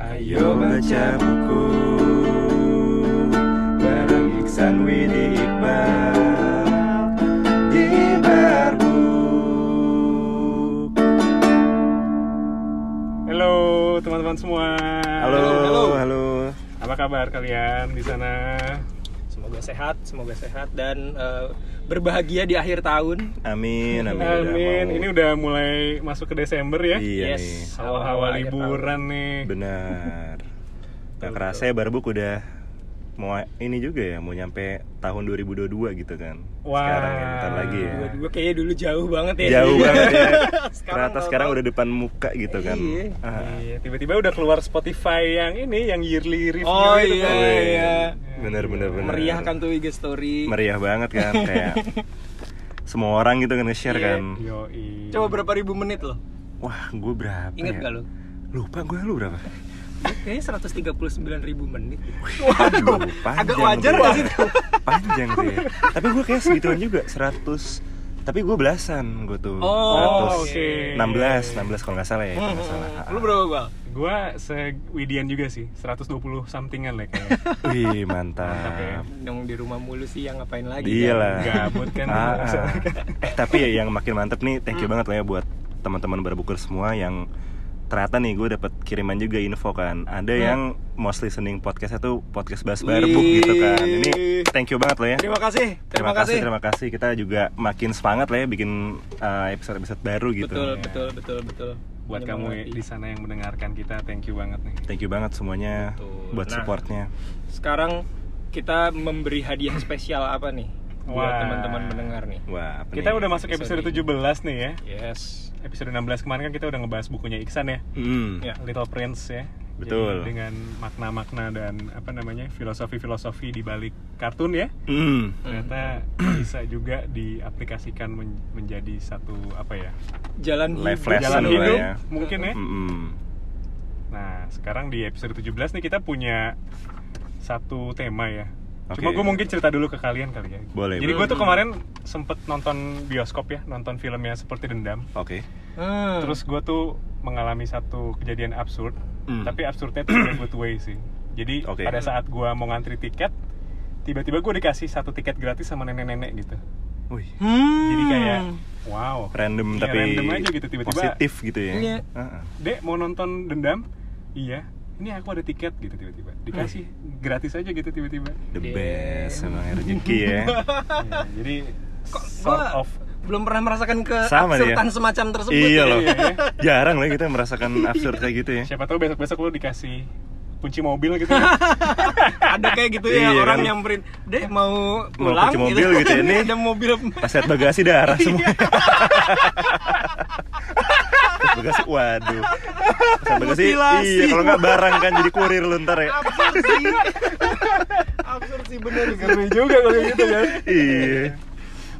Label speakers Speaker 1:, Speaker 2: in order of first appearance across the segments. Speaker 1: Ayo baca buku Bareng Iksan Widi Iqbal Di Barbu
Speaker 2: Halo teman-teman semua.
Speaker 1: Halo, halo, halo
Speaker 2: Apa kabar kalian di sana?
Speaker 3: Semoga sehat, semoga sehat dan eh, berbahagia di akhir tahun.
Speaker 1: Amin, amin, udah
Speaker 2: Amin.
Speaker 1: mau-
Speaker 2: Ini udah mulai masuk ke Desember ya.
Speaker 1: Iya
Speaker 3: Yes.
Speaker 1: nih,
Speaker 2: Hawa-hawa
Speaker 3: Awal-awal akhir
Speaker 2: liburan nih.
Speaker 1: benar Gak kerasa ya Barbuk udah Mau ini juga ya, mau nyampe tahun 2022 gitu kan
Speaker 2: Wah.
Speaker 1: Sekarang ya, bentar lagi ya
Speaker 3: Dua dua kayaknya dulu jauh banget ya.
Speaker 1: Jauh banget ya
Speaker 3: Sekarang
Speaker 1: Ternyata sekarang udah depan muka gitu kan
Speaker 3: Iya.
Speaker 1: Ah.
Speaker 2: Iya, tiba-tiba udah keluar Spotify yang ini yang yearly review
Speaker 3: Oh
Speaker 2: itu
Speaker 3: iya
Speaker 2: kan.
Speaker 3: iya.
Speaker 1: Bener, bener, bener
Speaker 3: Meriah kan tuh IG story.
Speaker 1: meriah banget kan kayak semua orang gitu nge-share
Speaker 3: Iya.
Speaker 1: kan
Speaker 2: Yoi.
Speaker 3: Coba berapa ribu menit loh?
Speaker 1: wah gue berapa ya?
Speaker 3: Ingat gak lo?
Speaker 1: lupa gue lu berapa
Speaker 3: Kayaknya 139 ribu menit.
Speaker 1: Waduh,
Speaker 3: agak wajar
Speaker 1: gua.
Speaker 3: gak sih?
Speaker 1: panjang tuh ya. tapi gue kayak segituan juga 100 tapi gue belasan gue tuh 100.
Speaker 3: Oh, oke. Hmm,
Speaker 1: 16 16 kalau nggak salah ya kalau nggak salah
Speaker 3: Lu berapa bal?
Speaker 2: Gua se-Widian juga sih, 120 somethingan lah kayaknya.
Speaker 1: wih
Speaker 2: Mantap ya.
Speaker 1: mantap
Speaker 3: Yang di rumah mulu sih yang ngapain lagi?
Speaker 1: Iya
Speaker 3: kan? Hmm.
Speaker 1: lah.
Speaker 2: Gabut kan.
Speaker 1: Ah, ah. Eh tapi ya yang makin mantep nih, thank you banget lah ya buat teman-teman berbuker semua yang ternyata nih gue dapat kiriman juga info kan.
Speaker 3: Nah.
Speaker 1: Ada yang most listening podcastnya tuh podcast bahas barbuk gitu kan. Ini
Speaker 3: Wih.
Speaker 1: thank you banget lah ya.
Speaker 3: Terima kasih. Terima, kasih.
Speaker 1: terima kasih. Kita juga makin semangat lah ya bikin uh, episode-episode baru gitu.
Speaker 3: Betul, betul, betul, betul.
Speaker 2: Buat kamu ya.
Speaker 3: Menyemangati.
Speaker 2: di sana yang mendengarkan kita, thank you banget nih.
Speaker 1: Thank you banget semuanya
Speaker 3: Betul.
Speaker 1: buat
Speaker 3: Nah.
Speaker 1: supportnya.
Speaker 3: Sekarang kita memberi hadiah spesial apa nih? Buat
Speaker 2: Wah.
Speaker 3: teman-teman mendengar nih.
Speaker 1: Wah, apa
Speaker 2: Kita
Speaker 1: nih?
Speaker 2: udah masuk episode 17 nih ya.
Speaker 3: Yes.
Speaker 2: Episode 16 kemarin kan kita udah ngebahas bukunya Iksan ya.
Speaker 1: Hmm.
Speaker 3: Ya.
Speaker 2: Little Prince ya.
Speaker 1: Betul.
Speaker 2: Jadi dengan makna-makna dan apa namanya filosofi-filosofi di balik kartun ya.
Speaker 1: Hmm.
Speaker 2: Ternyata bisa juga diaplikasikan men- menjadi satu apa ya
Speaker 3: Jalan
Speaker 1: Life
Speaker 3: hidup.
Speaker 1: lesson
Speaker 2: jalan
Speaker 1: lah
Speaker 2: hidup
Speaker 1: ya.
Speaker 2: mungkin ya.
Speaker 1: Mm-mm.
Speaker 2: Nah sekarang di episode 17 nih kita punya satu tema ya.
Speaker 1: Oke.
Speaker 2: Cuma gue mungkin cerita dulu ke kalian kali ya.
Speaker 1: Boleh, Hmm.
Speaker 2: Jadi gue
Speaker 1: boleh.
Speaker 2: tuh kemarin sempet nonton bioskop ya, nonton filmnya seperti dendam.
Speaker 1: Oke.
Speaker 3: Hmm.
Speaker 2: Terus gue tuh mengalami satu kejadian absurd,
Speaker 1: Hmm.
Speaker 2: tapi absurdnya tuh in a good way sih. Jadi
Speaker 1: Oke.
Speaker 2: pada saat gue mau ngantri tiket, tiba-tiba gue dikasih satu tiket gratis sama nenek-nenek gitu.
Speaker 1: Wih.
Speaker 3: Hmm.
Speaker 2: Jadi kayak, wow.
Speaker 1: Random
Speaker 2: Iya,
Speaker 1: tapi
Speaker 2: random aja gitu, tiba-tiba-
Speaker 1: positif gitu ya.
Speaker 3: Iya.
Speaker 1: Heeh.
Speaker 2: Dek mau nonton dendam? Iya. Ini aku ada tiket gitu tiba-tiba. Dikasih gratis aja gitu tiba-tiba.
Speaker 1: The
Speaker 3: Iya.
Speaker 1: best emang rezeki ya.
Speaker 2: Iya, jadi
Speaker 3: Kok
Speaker 2: sort
Speaker 3: gua
Speaker 2: of
Speaker 3: belum pernah merasakan ke
Speaker 1: Sama dia.
Speaker 3: absurdan semacam tersebut.
Speaker 1: iya
Speaker 3: ya.
Speaker 1: loh.
Speaker 2: Iya, iya.
Speaker 1: Jarang lah kita merasakan absurd kayak gitu ya.
Speaker 2: siapa tahu besok-besok lo dikasih kunci mobil gitu ya.
Speaker 3: Ada kayak gitu ya
Speaker 1: Iya,
Speaker 3: orang
Speaker 1: kan.
Speaker 3: nyamperin, "Dek mau pulang?"
Speaker 1: kunci mobil gitu ya, nih.
Speaker 3: Ada mobil.
Speaker 1: Pas lihat bagasi darah semua.
Speaker 2: Iya.
Speaker 1: Lihat bagasi, waduh. Pas lihat bagasi,
Speaker 3: Mutilasi.
Speaker 1: iya kalau nggak barang kan jadi kurir lu ntar ya.
Speaker 3: Absurd sih. Absurd sih bener sih.
Speaker 2: Ngeri juga kalau kayak gitu kan.
Speaker 1: Iya.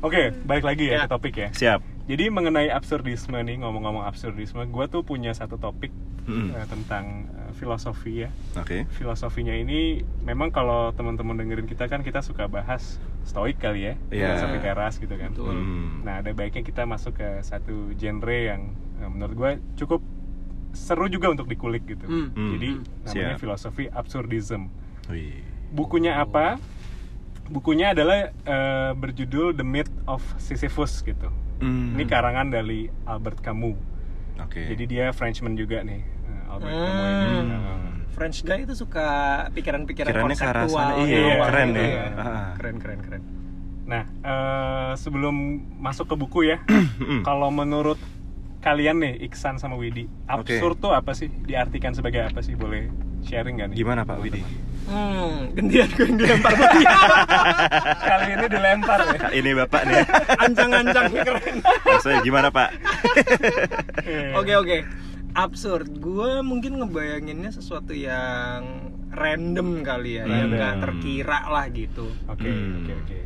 Speaker 2: Oke, balik lagi ya
Speaker 3: Ya.
Speaker 2: ke topik ya.
Speaker 1: Siap.
Speaker 2: Jadi mengenai absurdisme nih, ngomong-ngomong absurdisme, gue tuh punya satu topik
Speaker 1: Mm-mm.
Speaker 2: eh, tentang eh, filosofi ya.
Speaker 1: Oke.
Speaker 2: Filosofinya ini memang kalau teman-teman dengerin kita kan kita suka bahas stoik kali ya,
Speaker 1: Iya.
Speaker 2: filosofi teras gitu kan.
Speaker 3: Betul.
Speaker 1: Hmm.
Speaker 2: Nah, ada baiknya kita masuk ke satu genre yang eh, menurut gue cukup seru juga untuk dikulik gitu.
Speaker 3: Hmm.
Speaker 1: Hmm.
Speaker 2: Jadi namanya
Speaker 1: Siap.
Speaker 2: filosofi absurdism.
Speaker 1: Wih.
Speaker 2: Bukunya apa? Bukunya adalah eh, berjudul The Myth of Sisyphus gitu.
Speaker 1: Hmm.
Speaker 2: Ini karangan dari Albert Camus.
Speaker 1: Oke.
Speaker 2: Jadi dia Frenchman juga nih, eh, Albert
Speaker 3: Hmm.
Speaker 2: Camus ini. Eh,
Speaker 3: French guy itu suka pikiran-pikiran
Speaker 1: Pikirannya ke arah
Speaker 3: konseptual.
Speaker 1: Hmm. sana. Iya,
Speaker 2: iya,
Speaker 3: gitu
Speaker 2: keren
Speaker 3: ya.
Speaker 2: ya.
Speaker 1: Ah.
Speaker 3: Keren, keren, keren.
Speaker 2: Nah, eh, sebelum masuk ke buku ya,
Speaker 1: Mm-mm.
Speaker 2: kalau menurut kalian nih Iksan sama Widi,
Speaker 1: Oke.
Speaker 2: absurd tuh apa sih? Diartikan sebagai apa sih? Boleh sharing gak nih?
Speaker 1: Gimana Pak Widi?
Speaker 3: Hmm, gantian gue yang dilempar mutiara.
Speaker 2: Kali ini dilempar ya.
Speaker 1: Kak, Nah, Ini bapak nih.
Speaker 3: Ancang-ancang keren.
Speaker 1: Maksudnya gimana Pak?
Speaker 3: Oke, oke. Absurd. Gue mungkin ngebayanginnya sesuatu yang random kali ya, yang
Speaker 2: Random.
Speaker 3: nggak terkira lah gitu.
Speaker 2: Oke,
Speaker 1: Hmm.
Speaker 2: oke, oke.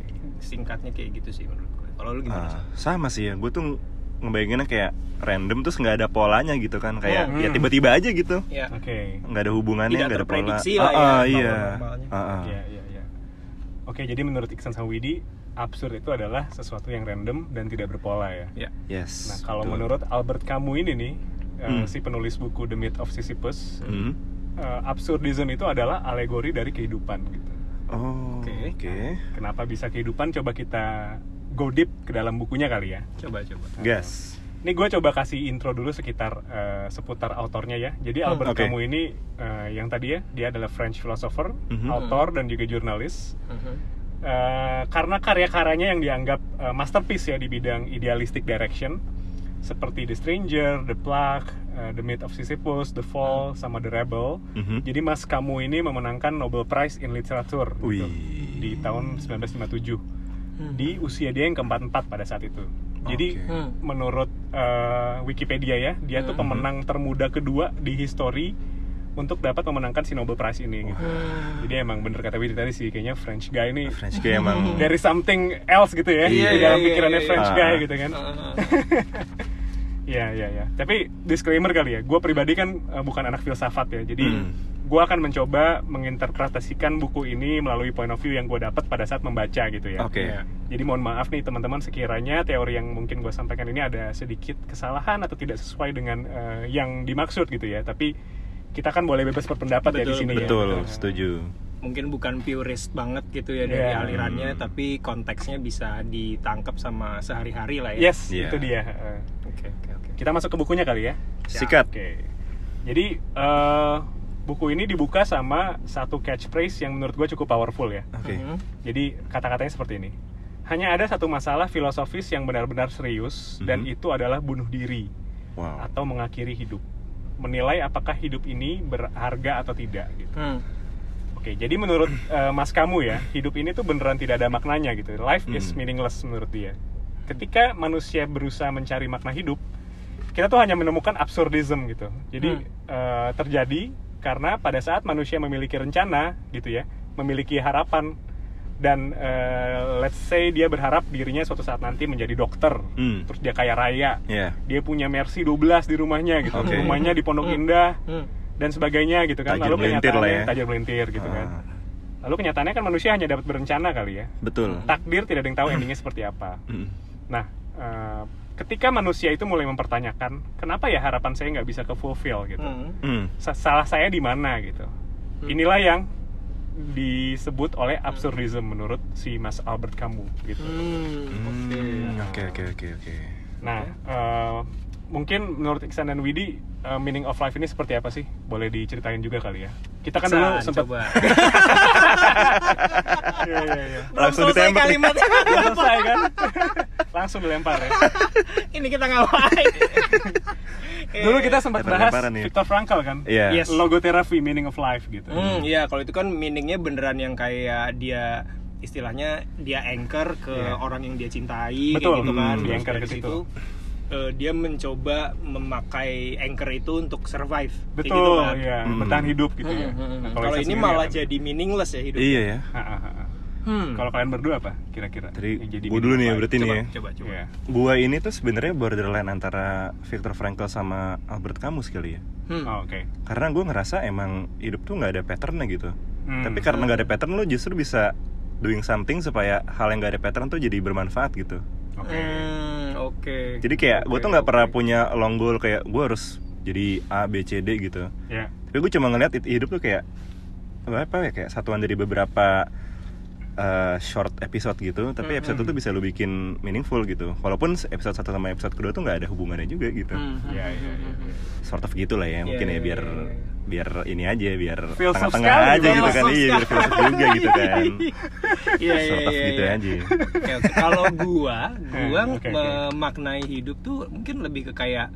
Speaker 3: Singkatnya kayak gitu sih menurut gue. Kalau lu gimana?
Speaker 1: Ah, sama sih ya, gue tuh ngebayanginnya kayak random terus nggak ada polanya gitu kan kayak
Speaker 2: Hmm.
Speaker 1: ya tiba-tiba aja gitu
Speaker 3: Sih? Ya.
Speaker 2: Oke.
Speaker 1: nggak ada hubungannya
Speaker 3: Tidak
Speaker 1: nggak ada pola
Speaker 3: terprediksi lah
Speaker 1: Ah,
Speaker 3: ya,
Speaker 1: ah, iya
Speaker 3: normal-normalnya.
Speaker 1: Ah, ah.
Speaker 2: Iya, iya, iya. Oke, jadi menurut Iksan sama Widi, absurd itu adalah sesuatu yang random dan tidak berpola ya.
Speaker 3: Ya.
Speaker 1: yes
Speaker 2: Nah, kalau
Speaker 1: betul.
Speaker 2: menurut Albert Camus ini nih, eh,
Speaker 1: Hmm.
Speaker 2: si penulis buku The Myth of Sisyphus,
Speaker 1: Hmm.
Speaker 2: eh, absurdism itu adalah alegori dari kehidupan gitu.
Speaker 1: Oh, oke.
Speaker 3: Oke. Nah,
Speaker 2: Kenapa bisa kehidupan? Coba kita go deep ke dalam bukunya kali ya.
Speaker 3: Coba coba.
Speaker 1: Gas.
Speaker 2: Ini gue coba kasih intro dulu sekitar eh, seputar autornya ya. Jadi
Speaker 3: Hmm.
Speaker 2: Albert
Speaker 1: Oke.
Speaker 2: Camus ini eh, yang tadi ya, dia adalah French philosopher,
Speaker 1: Mhm.
Speaker 2: author dan juga jurnalis.
Speaker 3: Mhm.
Speaker 2: Eh, karena karya-karyanya yang dianggap eh, masterpiece ya di bidang idealistic direction seperti The Stranger, The Plague, eh, The Myth of Sisyphus, The Fall, sama The Rebel.
Speaker 1: Mhm.
Speaker 2: Jadi Mas Kamu ini memenangkan Nobel Prize in Literature gitu,
Speaker 1: Wih.
Speaker 2: di tahun 1957 di usia dia yang keempat-empat pada saat itu. Jadi
Speaker 1: Oke.
Speaker 3: Hmm.
Speaker 2: menurut eh, Wikipedia ya, dia tuh
Speaker 3: Hmm.
Speaker 2: pemenang termuda kedua di history untuk dapat memenangkan si Nobel Prize ini
Speaker 3: Hmm.
Speaker 2: gitu. Jadi emang bener kata Widi tadi sih, kayaknya French guy ini
Speaker 1: French kayak emang
Speaker 2: Hmm. dari something else gitu ya
Speaker 1: Iya,
Speaker 2: di dalam
Speaker 3: iya,
Speaker 2: pikirannya
Speaker 3: iya,
Speaker 2: French
Speaker 1: iya.
Speaker 2: guy
Speaker 1: Ah.
Speaker 2: gitu kan Iya, iya, iya. Tapi disclaimer kali ya, gue pribadi kan eh, bukan anak filsafat ya, jadi
Speaker 1: Hmm.
Speaker 2: gue akan mencoba menginterpretasikan buku ini melalui point of view yang gue dapat pada saat membaca gitu ya.
Speaker 1: Oke.
Speaker 2: Iya. Jadi mohon maaf nih teman-teman sekiranya teori yang mungkin gue sampaikan ini ada sedikit kesalahan atau tidak sesuai dengan eh, yang dimaksud gitu ya. Tapi kita kan boleh bebas berpendapat ya di
Speaker 3: Betul,
Speaker 2: sini. ya.
Speaker 1: betul,
Speaker 2: Nah,
Speaker 1: setuju.
Speaker 3: Mungkin bukan purist banget gitu ya dari
Speaker 2: Iya.
Speaker 3: alirannya,
Speaker 1: Hmm.
Speaker 3: tapi konteksnya bisa ditangkap sama sehari-hari lah ya.
Speaker 2: Yes,
Speaker 1: Iya.
Speaker 2: itu dia. Eh,
Speaker 3: Oke oke oke.
Speaker 2: Kita masuk ke bukunya kali ya.
Speaker 1: Sikat.
Speaker 2: Oke. Jadi eh, buku ini dibuka sama satu catchphrase yang menurut gue cukup powerful ya.
Speaker 1: Oke.
Speaker 3: Mhm.
Speaker 2: Jadi kata-katanya seperti ini. Hanya ada satu masalah filosofis yang benar-benar serius dan
Speaker 1: Mhm. Oh.
Speaker 2: itu adalah bunuh diri
Speaker 1: Wow.
Speaker 2: atau mengakhiri hidup. Menilai apakah hidup ini berharga atau tidak gitu.
Speaker 3: Hmm.
Speaker 2: Oke, jadi menurut eh, Mas kamu ya, hidup ini tuh beneran tidak ada maknanya gitu. Life is
Speaker 1: Hmm.
Speaker 2: meaningless menurut dia. Ketika manusia berusaha mencari makna hidup, kita tuh hanya menemukan absurdism gitu.
Speaker 1: Hmm.
Speaker 2: Jadi eh, terjadi karena pada saat manusia memiliki rencana gitu ya, memiliki harapan dan eh, let's say dia berharap dirinya suatu saat nanti menjadi dokter,
Speaker 1: Hmm.
Speaker 2: terus dia kaya raya,
Speaker 1: Ya.
Speaker 2: dia punya Mercy 12 di rumahnya gitu.
Speaker 1: Oke.
Speaker 2: Rumahnya di Pondok
Speaker 3: Hmm.
Speaker 2: Indah
Speaker 3: Hmm.
Speaker 2: dan sebagainya gitu kan.
Speaker 1: Tajir
Speaker 2: Lalu
Speaker 1: melintir lah
Speaker 2: kenyataannya
Speaker 1: ya.
Speaker 2: tajir melintir gitu kan.
Speaker 1: Ah,
Speaker 2: Lalu kenyataannya kan manusia hanya dapat berencana kali ya.
Speaker 1: Betul.
Speaker 2: Takdir tidak ada yang tahu endingnya seperti apa.
Speaker 1: Mm.
Speaker 2: Nah, eh, ketika manusia itu mulai mempertanyakan, kenapa ya harapan saya nggak bisa ke fulfill gitu?
Speaker 3: Hmm.
Speaker 1: Mm.
Speaker 2: Sa- Salah saya di mana gitu? Inilah yang disebut oleh absurdism menurut si Mas Albert Camus gitu.
Speaker 3: Hmm. Oke.
Speaker 1: Mm, Oke oke oke oke.
Speaker 2: Nah, eh, mungkin menurut Iksan dan Widi, eh, meaning of life ini seperti apa sih? Boleh diceritain juga kali ya. Kita kan dulu
Speaker 3: San,
Speaker 2: sempat
Speaker 3: coba.
Speaker 2: Iya, iya, iya.
Speaker 1: Langsung
Speaker 3: Belum selesai
Speaker 1: ditembak ya. nih.
Speaker 3: kalimat.
Speaker 2: Udah selesai kan? Langsung dilempar ya.
Speaker 3: Ini kita ngapain?
Speaker 2: Dulu kita sempat
Speaker 1: Lempar-
Speaker 2: bahas
Speaker 1: lemparan nih.
Speaker 2: Viktor Frankl kan?
Speaker 1: Iya.
Speaker 3: Yes.
Speaker 2: Logotherapy, meaning of life gitu.
Speaker 3: Hmm, iya kalau itu kan meaningnya beneran yang kayak dia istilahnya dia anchor ke
Speaker 2: Iya.
Speaker 3: orang yang dia cintai kayak
Speaker 2: Betul,
Speaker 3: gitu kan.
Speaker 1: hmm,
Speaker 3: Terus
Speaker 2: di-anchor ke
Speaker 3: dari
Speaker 2: situ.
Speaker 3: situ, eh, dia mencoba memakai anchor itu untuk survive. kayak
Speaker 2: Betul,
Speaker 3: gitu kan.
Speaker 2: iya.
Speaker 1: Hmm.
Speaker 2: Bertahan hidup gitu ya.
Speaker 3: Hmm, hmm, hmm.
Speaker 2: Nah,
Speaker 3: kalau
Speaker 2: Iksan
Speaker 3: ini
Speaker 2: sendiri
Speaker 3: malah
Speaker 2: apa?
Speaker 3: jadi meaningless ya hidup.
Speaker 1: Iya ya.
Speaker 2: Ha, ha, ha, ha.
Speaker 3: Hmm.
Speaker 2: Kalau kalian berdua apa kira-kira?
Speaker 1: Tadi
Speaker 2: yang jadi
Speaker 1: gua
Speaker 2: meaning
Speaker 1: dulu
Speaker 2: of
Speaker 1: nih ya
Speaker 2: life?
Speaker 1: berarti nih
Speaker 3: coba,
Speaker 1: ya.
Speaker 3: coba coba.
Speaker 2: Iya.
Speaker 1: Gua ini tuh sebenarnya borderline antara Viktor Frankl sama Albert Camus kali ya.
Speaker 3: Hmm.
Speaker 2: Oh, Oke.
Speaker 1: Karena gue ngerasa emang hidup tuh nggak ada patternnya gitu.
Speaker 2: Hmm.
Speaker 1: Tapi karena nggak ada pattern lo justru bisa doing something supaya hal yang nggak ada pattern tuh jadi bermanfaat gitu.
Speaker 2: Oke. Gitu.
Speaker 3: Hmm, oke.
Speaker 1: Jadi kayak gue
Speaker 3: Oke,
Speaker 1: tuh nggak pernah
Speaker 3: oke.
Speaker 1: punya long goal kayak gue harus jadi A B C D gitu.
Speaker 2: Ya.
Speaker 1: Tapi gue cuma ngeliat it- hidup tuh kayak apa ya kayak satuan dari beberapa eh, short episode gitu. Tapi
Speaker 3: Hmm,
Speaker 1: episode itu tuh bisa lo bikin meaningful gitu. Walaupun episode satu sama episode kedua tuh nggak ada hubungannya juga gitu.
Speaker 3: Hmm, hmm,
Speaker 2: Iya,
Speaker 3: hmm,
Speaker 2: iya,
Speaker 3: hmm,
Speaker 2: iya.
Speaker 3: hmm.
Speaker 1: Sort of gitulah ya mungkin
Speaker 3: Iya,
Speaker 1: ya
Speaker 3: iya,
Speaker 1: biar
Speaker 3: iya, iya.
Speaker 1: biar ini aja biar
Speaker 2: Filsuf
Speaker 1: tengah-tengah
Speaker 2: sekali,
Speaker 1: aja gitu kan
Speaker 3: filsuf
Speaker 1: iya biar
Speaker 3: sekali.
Speaker 1: filsuf juga gitu kan
Speaker 3: Iya, iya,
Speaker 1: sort of
Speaker 3: iya,
Speaker 1: gitu
Speaker 3: iya.
Speaker 2: ya,
Speaker 1: aja
Speaker 3: Oke, oke. kalau gua, gua
Speaker 2: Hmm, oke, oke.
Speaker 3: memaknai hidup tuh mungkin lebih ke kayak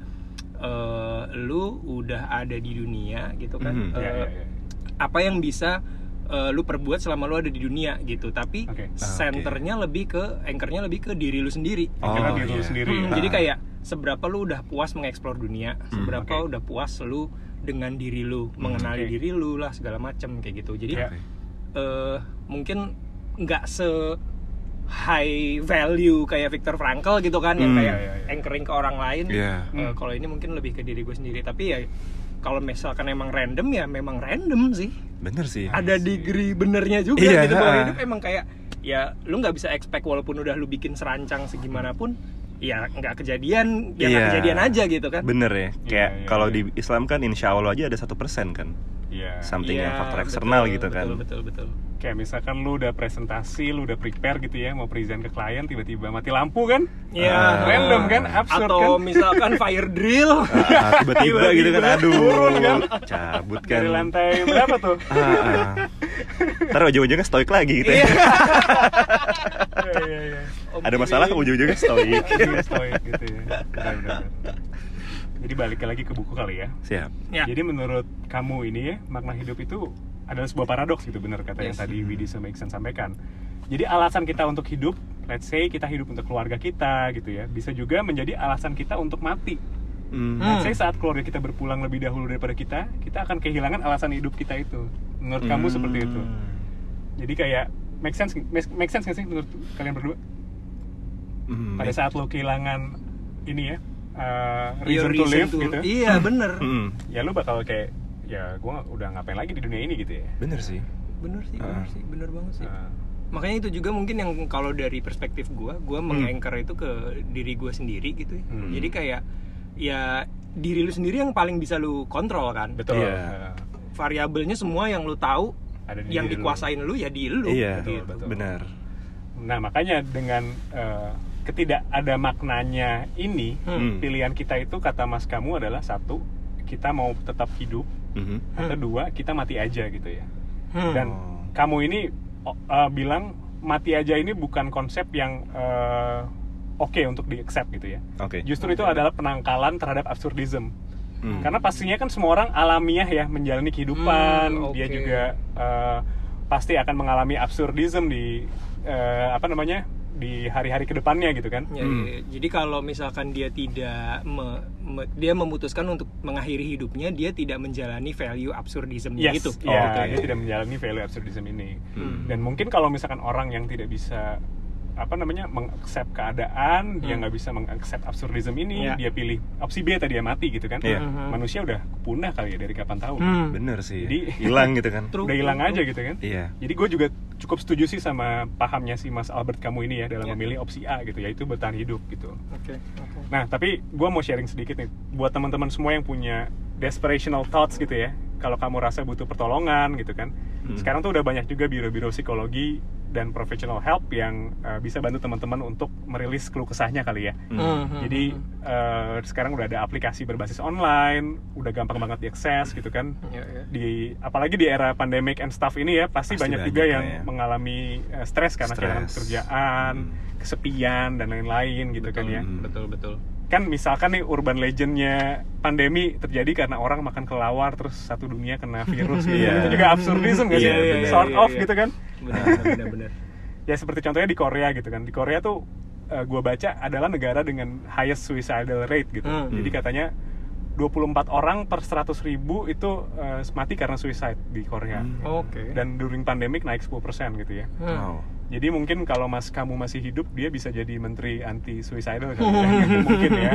Speaker 3: eh, lu udah ada di dunia gitu kan.
Speaker 1: Mhm.
Speaker 3: Eh,
Speaker 2: Iya, iya, iya.
Speaker 3: Apa yang bisa eh, lu perbuat selama lu ada di dunia gitu. Tapi
Speaker 2: Oke.
Speaker 1: Ah, oke.
Speaker 3: centernya lebih ke anchornya lebih ke diri lu sendiri.
Speaker 1: Oh,
Speaker 2: Karena diri lu
Speaker 1: iya.
Speaker 2: sendiri.
Speaker 3: Hmm,
Speaker 2: ya.
Speaker 3: Jadi kayak seberapa lu udah puas mengeksplor dunia, seberapa
Speaker 2: Hmm, oke. Hmm,
Speaker 3: udah puas lu dengan diri lu, mengenali
Speaker 2: oke.
Speaker 3: diri lu lah segala macem kayak gitu. Jadi
Speaker 2: Iya.
Speaker 3: eh mungkin nggak se high value kayak Viktor Frankl gitu kan yang
Speaker 1: Hmm.
Speaker 3: kayak
Speaker 2: Iya, iya, iya.
Speaker 3: anchoring ke orang lain.
Speaker 1: Iya.
Speaker 3: Eh,
Speaker 2: Hmm.
Speaker 3: kalau ini mungkin lebih ke diri gue sendiri tapi ya kalau misalkan emang random ya memang random sih.
Speaker 1: bener Iya sih
Speaker 2: sih.
Speaker 3: Ada degree benernya juga
Speaker 1: Iya,
Speaker 3: gitu bahwa
Speaker 1: ha-ha.
Speaker 3: hidup emang kayak ya lu nggak bisa expect walaupun udah lu bikin serancang segimanapun ya nggak kejadian ya nggak
Speaker 1: Iya.
Speaker 3: kejadian aja gitu kan.
Speaker 1: bener ya kayak
Speaker 2: iya,
Speaker 1: kalau
Speaker 2: iya.
Speaker 1: di Islam kan insya Allah aja ada satu persen kan
Speaker 2: Iya.
Speaker 1: something
Speaker 3: Iya,
Speaker 1: yang faktor eksternal
Speaker 3: betul,
Speaker 1: gitu kan
Speaker 3: betul betul betul
Speaker 2: Kayak misalkan lu udah presentasi, lu udah prepare gitu ya, mau present ke klien, tiba-tiba mati lampu kan?
Speaker 3: Iya.
Speaker 1: Ah.
Speaker 2: Random kan? Absurd
Speaker 3: atau
Speaker 2: kan?
Speaker 3: misalkan fire drill
Speaker 1: Ah, tiba-tiba gitu kan aduh
Speaker 2: Turun kan?
Speaker 1: cabut kan
Speaker 2: Dari lantai berapa tuh?
Speaker 1: Ah, ah. ntar ujung-ujungnya stoik lagi gitu ya
Speaker 3: Iya.
Speaker 2: Iya, iya, iya.
Speaker 1: ada masalah ujung-ujungnya stoik
Speaker 2: Iya, stoik gitu ya. Benar-benar. Jadi balik lagi ke buku kali ya.
Speaker 1: siap
Speaker 3: Ya.
Speaker 2: Jadi menurut kamu ini ya, makna hidup itu adalah sebuah paradoks gitu bener kata yang
Speaker 3: Yes.
Speaker 2: tadi Widi sama Iksan sampaikan. Jadi alasan kita untuk hidup, let's say kita hidup untuk keluarga kita gitu ya, bisa juga menjadi alasan kita untuk mati.
Speaker 1: Hmm.
Speaker 3: Hmm.
Speaker 2: Let's say saat keluarga kita berpulang lebih dahulu daripada kita, kita akan kehilangan alasan hidup kita itu. Menurut kamu
Speaker 1: Hmm.
Speaker 2: seperti itu. Jadi kayak make sense make- make sense gak sih menurut kalian berdua?
Speaker 1: Hmm,
Speaker 2: Pada
Speaker 1: make-
Speaker 2: saat lo kehilangan ini ya, uh,
Speaker 3: Your
Speaker 2: reason, to live gitu.
Speaker 3: iya bener
Speaker 1: Hmm.
Speaker 2: Ya lo bakal kayak ya gue udah ngapain lagi di dunia ini gitu ya.
Speaker 1: bener sih
Speaker 3: bener sih bener
Speaker 1: Ah.
Speaker 3: sih bener banget sih
Speaker 2: Uh,
Speaker 3: makanya itu juga mungkin yang kalau dari perspektif gua gua meng-anchor itu ke diri gua sendiri gitu ya
Speaker 2: Hmm.
Speaker 3: jadi kayak ya diri lu sendiri yang paling bisa lu kontrol kan
Speaker 2: Betul.
Speaker 1: Iya.
Speaker 2: Nah,
Speaker 3: variabelnya semua yang lu tahu
Speaker 2: Ada di
Speaker 3: yang
Speaker 2: diri lu.
Speaker 3: dikuasain lu. ya di lu
Speaker 1: iya
Speaker 2: betul, betul.
Speaker 1: benar
Speaker 2: Nah, makanya dengan eh, ketidak ada maknanya ini,
Speaker 3: Hmm.
Speaker 2: pilihan kita itu kata Mas kamu adalah satu, kita mau tetap hidup,
Speaker 1: Mhm.
Speaker 2: atau dua, kita mati aja gitu ya.
Speaker 3: Hmm.
Speaker 2: Dan kamu ini o- eh, bilang mati aja ini bukan konsep yang eh, oke untuk di accept gitu ya.
Speaker 1: oke
Speaker 2: Justru itu adalah penangkalan terhadap absurdism.
Speaker 1: Hmm.
Speaker 2: Karena pastinya kan semua orang alamiah ya menjalani kehidupan,
Speaker 3: Hmm,
Speaker 2: dia
Speaker 3: oke.
Speaker 2: juga eh, pasti akan mengalami absurdism di eh, apa namanya di hari-hari kedepannya gitu kan.
Speaker 3: Ya,
Speaker 1: Hmm.
Speaker 3: ya, jadi kalau misalkan dia tidak me- me- dia memutuskan untuk mengakhiri hidupnya dia tidak menjalani value absurdismnya gitu.
Speaker 2: Yes,
Speaker 3: itu
Speaker 2: ya,
Speaker 1: Oke.
Speaker 2: dia tidak menjalani value absurdism ini.
Speaker 1: Hmm.
Speaker 2: Dan mungkin kalau misalkan orang yang tidak bisa apa namanya mengaccept keadaan, dia
Speaker 3: Hmm.
Speaker 2: nggak bisa mengaccept absurdism ini,
Speaker 3: Ya.
Speaker 2: dia pilih opsi B tadi dia mati gitu kan.
Speaker 1: Iya.
Speaker 3: Mhm.
Speaker 2: Manusia udah punah kali ya dari kapan tahu.
Speaker 3: Hmm.
Speaker 1: bener sih
Speaker 2: Jadi-
Speaker 1: hilang gitu kan
Speaker 3: True,
Speaker 2: Udah hilang
Speaker 3: true,
Speaker 2: aja gitu kan.
Speaker 1: iya
Speaker 2: Jadi gue juga cukup setuju sih sama pahamnya si Mas Albert kamu ini ya dalam
Speaker 3: Ya.
Speaker 2: memilih opsi A gitu, yaitu bertahan hidup gitu.
Speaker 3: Oke, oke.
Speaker 2: Nah, tapi gue mau sharing sedikit nih buat teman-teman semua yang punya desperational thoughts gitu ya. Kalau kamu rasa butuh pertolongan gitu kan.
Speaker 1: Hmm.
Speaker 2: Sekarang tuh udah banyak juga biro-biro psikologi dan professional help yang eh, bisa bantu teman-teman untuk merilis keluh kesahnya kali ya.
Speaker 1: Hmm.
Speaker 3: Hmm,
Speaker 2: Jadi
Speaker 3: hmm,
Speaker 2: eh, sekarang udah ada aplikasi berbasis online, udah gampang banget diakses gitu kan
Speaker 3: hmm. Ya, ya.
Speaker 2: di apalagi di era pandemic and stuff ini ya pasti,
Speaker 1: Pasti
Speaker 2: banyak,
Speaker 1: banyak
Speaker 2: juga
Speaker 1: lah
Speaker 2: yang
Speaker 1: ya.
Speaker 2: mengalami eh, stres karena
Speaker 1: Stres.
Speaker 2: kehilangan pekerjaan,
Speaker 1: Hmm.
Speaker 2: kesepian dan lain-lain gitu kan ya.
Speaker 1: Hmm.
Speaker 3: betul betul
Speaker 2: Kan misalkan nih urban legendnya pandemi terjadi karena orang makan kelawar terus satu dunia kena virus gitu.
Speaker 1: Iya.
Speaker 2: Itu juga absurdism gak sih?
Speaker 1: Iya, iya, iya,
Speaker 2: sort
Speaker 3: iya,
Speaker 2: of
Speaker 3: iya.
Speaker 2: gitu kan.
Speaker 3: benar benar benar
Speaker 2: Ya seperti contohnya di Korea gitu kan. Di Korea tuh eh, gua baca adalah negara dengan highest suicidal rate gitu.
Speaker 3: Hmm.
Speaker 2: Jadi katanya 24 orang per 100 ribu itu eh, mati karena suicide di Korea
Speaker 1: Hmm.
Speaker 3: oke
Speaker 2: dan during pandemic naik 10% gitu ya.
Speaker 3: Hmm.
Speaker 1: wow
Speaker 2: Jadi mungkin kalau Mas kamu masih hidup dia bisa jadi menteri anti suicidal kali ya. mungkin ya.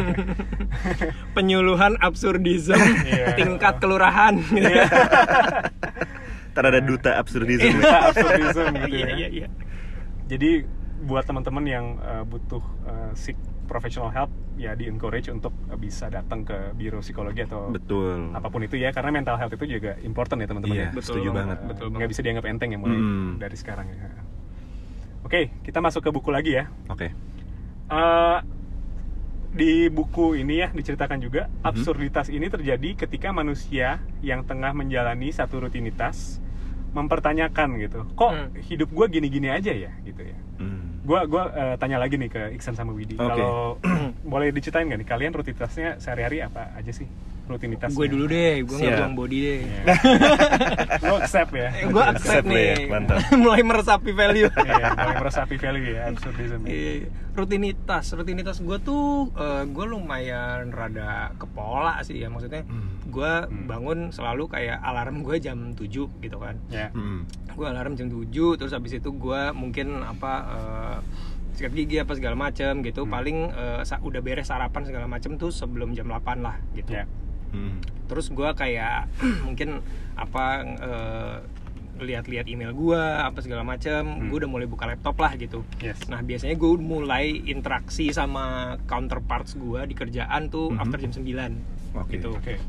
Speaker 3: penyuluhan absurdism
Speaker 2: Iya.
Speaker 3: tingkat kelurahan gitu.
Speaker 2: Iya.
Speaker 1: ntar ada duta absurdism
Speaker 2: Duta absurdism gitu
Speaker 3: Iya, iya,
Speaker 2: ya.
Speaker 3: iya.
Speaker 2: Jadi buat teman-teman yang eh, butuh eh, seek professional help ya di encourage untuk eh, bisa datang ke biro psikologi atau
Speaker 1: betul
Speaker 2: apapun itu ya karena mental health itu juga important ya teman-teman
Speaker 1: Iya,
Speaker 2: ya.
Speaker 3: Betul
Speaker 1: setuju
Speaker 3: banget.
Speaker 1: banget.
Speaker 2: Eh,
Speaker 3: betul
Speaker 2: nggak
Speaker 3: banget.
Speaker 2: bisa dianggap enteng ya mulai
Speaker 1: Hmm.
Speaker 2: dari sekarang ya. Oke, kita masuk ke buku lagi ya.
Speaker 1: Oke.
Speaker 2: Eh, di buku ini ya diceritakan juga
Speaker 1: Mhm.
Speaker 2: absurditas ini terjadi ketika manusia yang tengah menjalani satu rutinitas mempertanyakan gitu kok
Speaker 3: Hmm.
Speaker 2: hidup gue gini-gini aja ya gitu ya
Speaker 1: Hmm.
Speaker 2: gue gua eh, tanya lagi nih ke Iksan sama Widi
Speaker 1: Oke.
Speaker 2: kalau boleh diceritain nggak nih kalian rutinitasnya sehari-hari apa aja sih rutinitas ya?
Speaker 3: gue dulu deh gue nggak
Speaker 1: Siap.
Speaker 3: buang body deh
Speaker 2: Iya. lo accept ya
Speaker 3: eh, gue accept,
Speaker 1: Accept lo ya,
Speaker 3: nih
Speaker 1: mantap.
Speaker 3: mulai meresapi value
Speaker 2: Iya, mulai meresapi value ya absurdism ya.
Speaker 3: Iya, iya. rutinitas rutinitas gue tuh gue lumayan rada kepola sih ya maksudnya
Speaker 1: Hmm.
Speaker 3: gue
Speaker 2: Hmm.
Speaker 3: bangun selalu kayak alarm gue jam 7 gitu kan
Speaker 2: ya
Speaker 1: Hmm.
Speaker 3: gue alarm jam 7 terus habis itu gue mungkin apa eh, sikat gigi apa segala macem gitu
Speaker 2: Hmm.
Speaker 3: paling eh, sa- udah beres sarapan segala macem tuh sebelum jam 8 lah gitu
Speaker 2: ya
Speaker 1: Hmm.
Speaker 3: terus gue kayak mungkin apa eh, lihat-lihat email gue apa segala macem
Speaker 2: Hmm.
Speaker 3: gue udah mulai buka laptop lah gitu
Speaker 2: yes
Speaker 3: Nah biasanya gue mulai interaksi sama counterparts gue di kerjaan
Speaker 1: Mhm.
Speaker 3: tuh after jam 9
Speaker 1: Oke.
Speaker 2: gitu.
Speaker 1: Oke.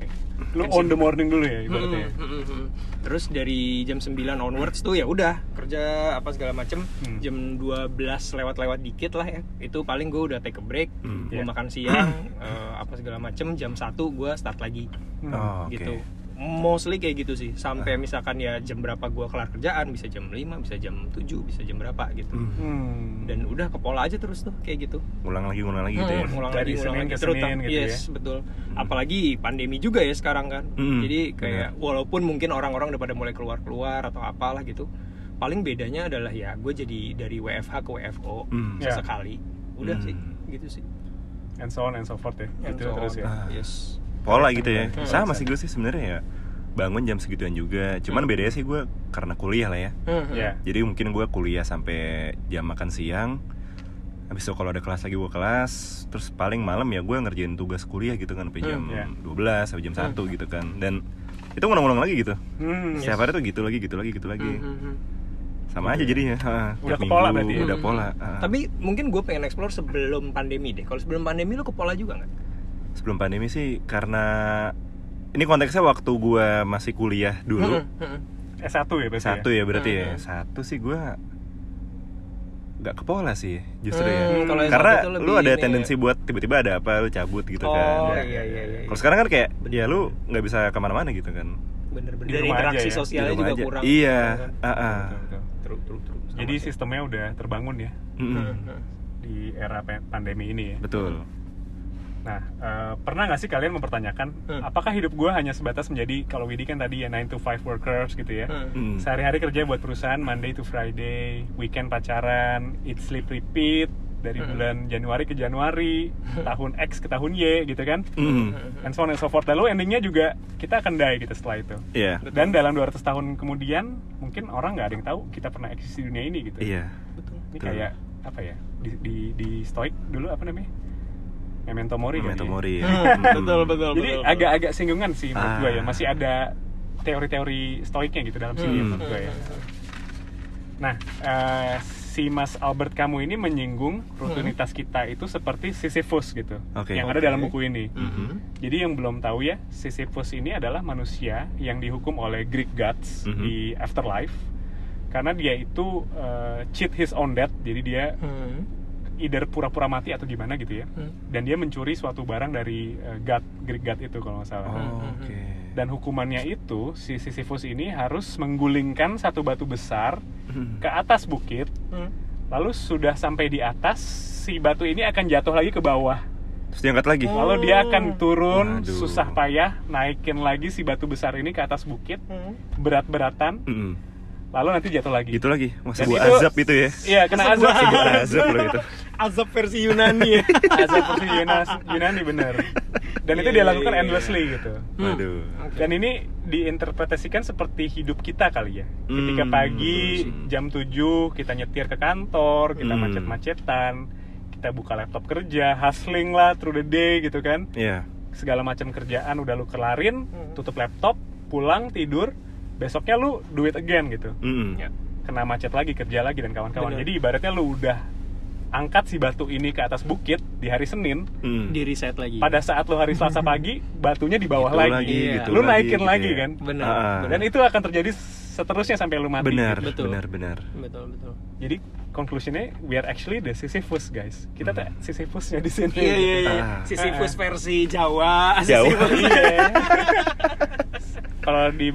Speaker 2: Lu on the morning dulu ya ibaratnya.
Speaker 3: Mm, mm, mm, mm. Terus dari jam 9 onwards tuh ya udah kerja apa segala macem
Speaker 2: Hmm.
Speaker 3: jam 12 lewat-lewat dikit lah ya itu paling gue udah take a break
Speaker 1: Hmm.
Speaker 3: gue
Speaker 2: Iya.
Speaker 3: makan siang eh, apa segala macem jam 1 gue start lagi
Speaker 2: Hmm.
Speaker 1: Oh, oke.
Speaker 3: gitu mostly kayak gitu sih sampai misalkan ya jam berapa gue kelar kerjaan bisa jam 5 bisa jam 7 bisa jam berapa gitu
Speaker 1: Hmm.
Speaker 2: Hmm.
Speaker 3: dan udah ke pola aja terus tuh kayak gitu
Speaker 1: Ulang lagi, ulang lagi gitu ya.
Speaker 3: ngulang
Speaker 2: Dari
Speaker 3: lagi ngulang
Speaker 2: Senin
Speaker 3: lagi
Speaker 2: ke
Speaker 3: terutama
Speaker 2: Senin gitu
Speaker 3: yes betul apalagi pandemi juga ya sekarang kan
Speaker 1: Mm,
Speaker 3: jadi kayak walaupun mungkin orang-orang udah pada mulai keluar keluar atau apalah gitu paling bedanya adalah ya gue jadi dari WFH ke WFO
Speaker 1: Hmm.
Speaker 2: Ya.
Speaker 3: sesekali udah
Speaker 1: Mm.
Speaker 3: sih gitu sih
Speaker 2: And so on and so forth ya.
Speaker 3: And
Speaker 2: Gitu
Speaker 3: so
Speaker 2: terus
Speaker 3: on.
Speaker 2: ya.
Speaker 1: Ah.
Speaker 3: yes
Speaker 1: Pola gitu ya.
Speaker 3: Hmm.
Speaker 1: Sama sih gue sih sebenarnya ya. Bangun jam segituan juga. Cuman bedanya sih gue karena kuliah lah ya.
Speaker 2: Ya.
Speaker 1: Jadi mungkin gue kuliah sampai jam makan siang. Habis itu kalau ada kelas lagi gue kelas, terus paling malam ya gue ngerjain tugas kuliah gitu kan sampai jam
Speaker 2: Hmm, ya.
Speaker 1: 12 sampai jam 1 gitu kan. Dan itu ngulang-ngulang lagi gitu.
Speaker 2: Hmm.
Speaker 1: Setiap hari tuh gitu lagi, gitu lagi, gitu lagi.
Speaker 3: Mm-hmm.
Speaker 1: Sama aja jadinya. ha, tiap
Speaker 2: Udah ke pola
Speaker 1: minggu,
Speaker 2: berarti ya?
Speaker 1: Udah pola. ha.
Speaker 3: Mm-hmm. tapi mungkin gue pengen explore sebelum pandemi deh kalau sebelum pandemi lu ke pola juga nggak
Speaker 1: Sebelum pandemi sih karena ini konteksnya waktu gue masih kuliah
Speaker 2: Hmm,
Speaker 3: Mm-hmm.
Speaker 1: dulu.
Speaker 2: S1 ya berarti.
Speaker 1: Satu
Speaker 2: ya.
Speaker 1: ya berarti ya.
Speaker 3: Hmm.
Speaker 1: Satu sih gue nggak ke pola sih justru ya.
Speaker 3: Hmm, kalau yang
Speaker 1: Karena
Speaker 3: satu itu
Speaker 1: lu
Speaker 3: lebih
Speaker 1: ada
Speaker 3: ini ya.
Speaker 1: tendensi buat tiba-tiba ada apa lu cabut gitu
Speaker 3: oh
Speaker 2: Ya.
Speaker 1: kan.
Speaker 3: iya iya iya
Speaker 1: Kalau sekarang kan kayak ya lu nggak bisa kemana-mana gitu kan.
Speaker 3: bener-bener
Speaker 2: Di
Speaker 3: dari
Speaker 2: rumah aja
Speaker 3: interaksi
Speaker 2: ya, di
Speaker 1: Di
Speaker 3: sosialnya
Speaker 1: rumah
Speaker 3: juga
Speaker 1: aja.
Speaker 3: kurang kan?
Speaker 1: Iya.
Speaker 3: Kurang.
Speaker 1: ah, ah.
Speaker 2: Betul, betul.
Speaker 3: Terus, terus, terus. Sama
Speaker 2: Jadi
Speaker 3: sih.
Speaker 2: sistemnya udah terbangun ya
Speaker 3: Hmm.
Speaker 1: Mm-mm.
Speaker 3: Heeh.
Speaker 2: di era pe- pandemi ini ya.
Speaker 1: Betul.
Speaker 2: Nah, eh, pernah nggak sih kalian mempertanyakan
Speaker 3: Hmm.
Speaker 2: apakah hidup gue hanya sebatas menjadi kalau Widi kan tadi ya 9 to 5 workers gitu ya.
Speaker 3: Hmm.
Speaker 1: Mm.
Speaker 2: Sehari-hari kerja buat perusahaan Monday to Friday, weekend pacaran, eat sleep repeat dari
Speaker 3: Hmm.
Speaker 2: bulan Januari ke Januari, tahun X ke tahun Y gitu kan.
Speaker 3: Hmm,
Speaker 1: Mm.
Speaker 2: And so on and so forth. Lalu endingnya juga kita akan die gitu setelah itu.
Speaker 1: Iya.
Speaker 2: Dan dalam 200 tahun kemudian mungkin orang nggak ada yang tahu kita pernah eksis di dunia ini gitu.
Speaker 1: Iya.
Speaker 3: Betul.
Speaker 2: Ini
Speaker 1: Betul.
Speaker 2: kayak apa ya? Di di, di stoik dulu apa namanya? Memento mori. kali
Speaker 1: Memento
Speaker 2: ya?
Speaker 1: mori ya.
Speaker 3: Hmm,
Speaker 1: Mm.
Speaker 3: betul betul
Speaker 2: Jadi
Speaker 3: betul.
Speaker 2: agak-agak singgungan sih menurut
Speaker 1: Ah.
Speaker 2: gue ya. Masih ada teori-teori stoiknya gitu dalam sini
Speaker 1: Hmm.
Speaker 2: menurut gue ya. Nah, eh, si Mas Albert kamu ini menyinggung rutinitas kita itu seperti Sisyphus gitu.
Speaker 1: Oke.
Speaker 2: Yang ada
Speaker 3: Hmm. Oke.
Speaker 2: dalam buku ini.
Speaker 3: Hmm.
Speaker 1: Mhm.
Speaker 2: Jadi yang belum tahu ya, Sisyphus ini adalah manusia yang dihukum oleh Greek gods
Speaker 1: Mhm.
Speaker 2: di afterlife karena dia itu eh, cheat his own death, jadi dia
Speaker 3: Hmm.
Speaker 2: either pura-pura mati atau gimana gitu ya.
Speaker 3: Hmm.
Speaker 2: Dan dia mencuri suatu barang dari eh, god Greek god itu kalau nggak
Speaker 3: Hmm,
Speaker 2: salah.
Speaker 1: Oh, Oke.
Speaker 2: Dan hukumannya itu si Sisyphus ini harus menggulingkan satu batu besar
Speaker 1: Mm.
Speaker 2: ke atas bukit,
Speaker 3: Hmm.
Speaker 2: lalu sudah sampai di atas si batu ini akan jatuh lagi ke bawah.
Speaker 1: Terus diangkat lagi.
Speaker 3: Oh.
Speaker 2: Lalu dia akan turun
Speaker 1: Waduh.
Speaker 2: susah payah naikin lagi si batu besar ini ke atas bukit
Speaker 3: Hmm.
Speaker 2: berat-beratan
Speaker 1: Mm-mm.
Speaker 2: lalu nanti jatuh lagi.
Speaker 1: Gitu lagi. Wah,
Speaker 2: Dan
Speaker 1: sebuah
Speaker 2: itu-
Speaker 1: azab itu ya.
Speaker 2: Iya kena azab
Speaker 3: Sebuah-
Speaker 2: sih
Speaker 1: Sebuah azab loh itu.
Speaker 3: Hmm. Azab versi Yunani ya.
Speaker 2: azab versi Yunani, Yunani bener. Dan itu
Speaker 3: Iya,
Speaker 2: dia
Speaker 3: iya,
Speaker 2: lakukan
Speaker 3: iya.
Speaker 2: endlessly gitu.
Speaker 1: Waduh.
Speaker 2: Dan ini diinterpretasikan seperti hidup kita kali ya. Ketika
Speaker 1: Hmm,
Speaker 2: pagi
Speaker 1: betul sih.
Speaker 2: jam 7 kita nyetir ke kantor, kita
Speaker 1: Hmm.
Speaker 2: macet-macetan, kita buka laptop kerja, hustling lah through the day gitu kan.
Speaker 1: Iya.
Speaker 2: segala macam kerjaan udah lu kelarin,
Speaker 3: Hmm.
Speaker 2: tutup laptop, pulang tidur, besoknya lu do it again gitu.
Speaker 1: Mm-mm.
Speaker 3: Ya.
Speaker 2: Kena macet lagi, kerja lagi dan kawan-kawan.
Speaker 3: Bener.
Speaker 2: Jadi ibaratnya lu udah angkat si batu ini ke atas bukit di hari Senin,
Speaker 1: Mm.
Speaker 3: Di reset lagi.
Speaker 2: pada saat lu hari Selasa pagi, batunya di bawah
Speaker 1: Gitu
Speaker 2: lagi.
Speaker 1: lagi,
Speaker 3: Iya.
Speaker 1: gitu
Speaker 2: lu
Speaker 1: lagi,
Speaker 2: naikin
Speaker 1: gitu
Speaker 2: lagi
Speaker 1: ya.
Speaker 2: kan.
Speaker 3: benar.
Speaker 1: Ah.
Speaker 2: Dan itu akan terjadi seterusnya sampai lu mati.
Speaker 1: Benar,
Speaker 3: Betul.
Speaker 1: benar, benar.
Speaker 3: Betul betul.
Speaker 2: Jadi conclusionnya we are actually the Sisyphus guys. Kita
Speaker 1: Hmm.
Speaker 2: tuh Sisyphusnya di sini.
Speaker 3: Iya iya iya.
Speaker 1: Ah.
Speaker 3: Sisyphus versi Jawa.
Speaker 1: Jawa.
Speaker 3: Sisyphus.
Speaker 2: Iya. Kalau di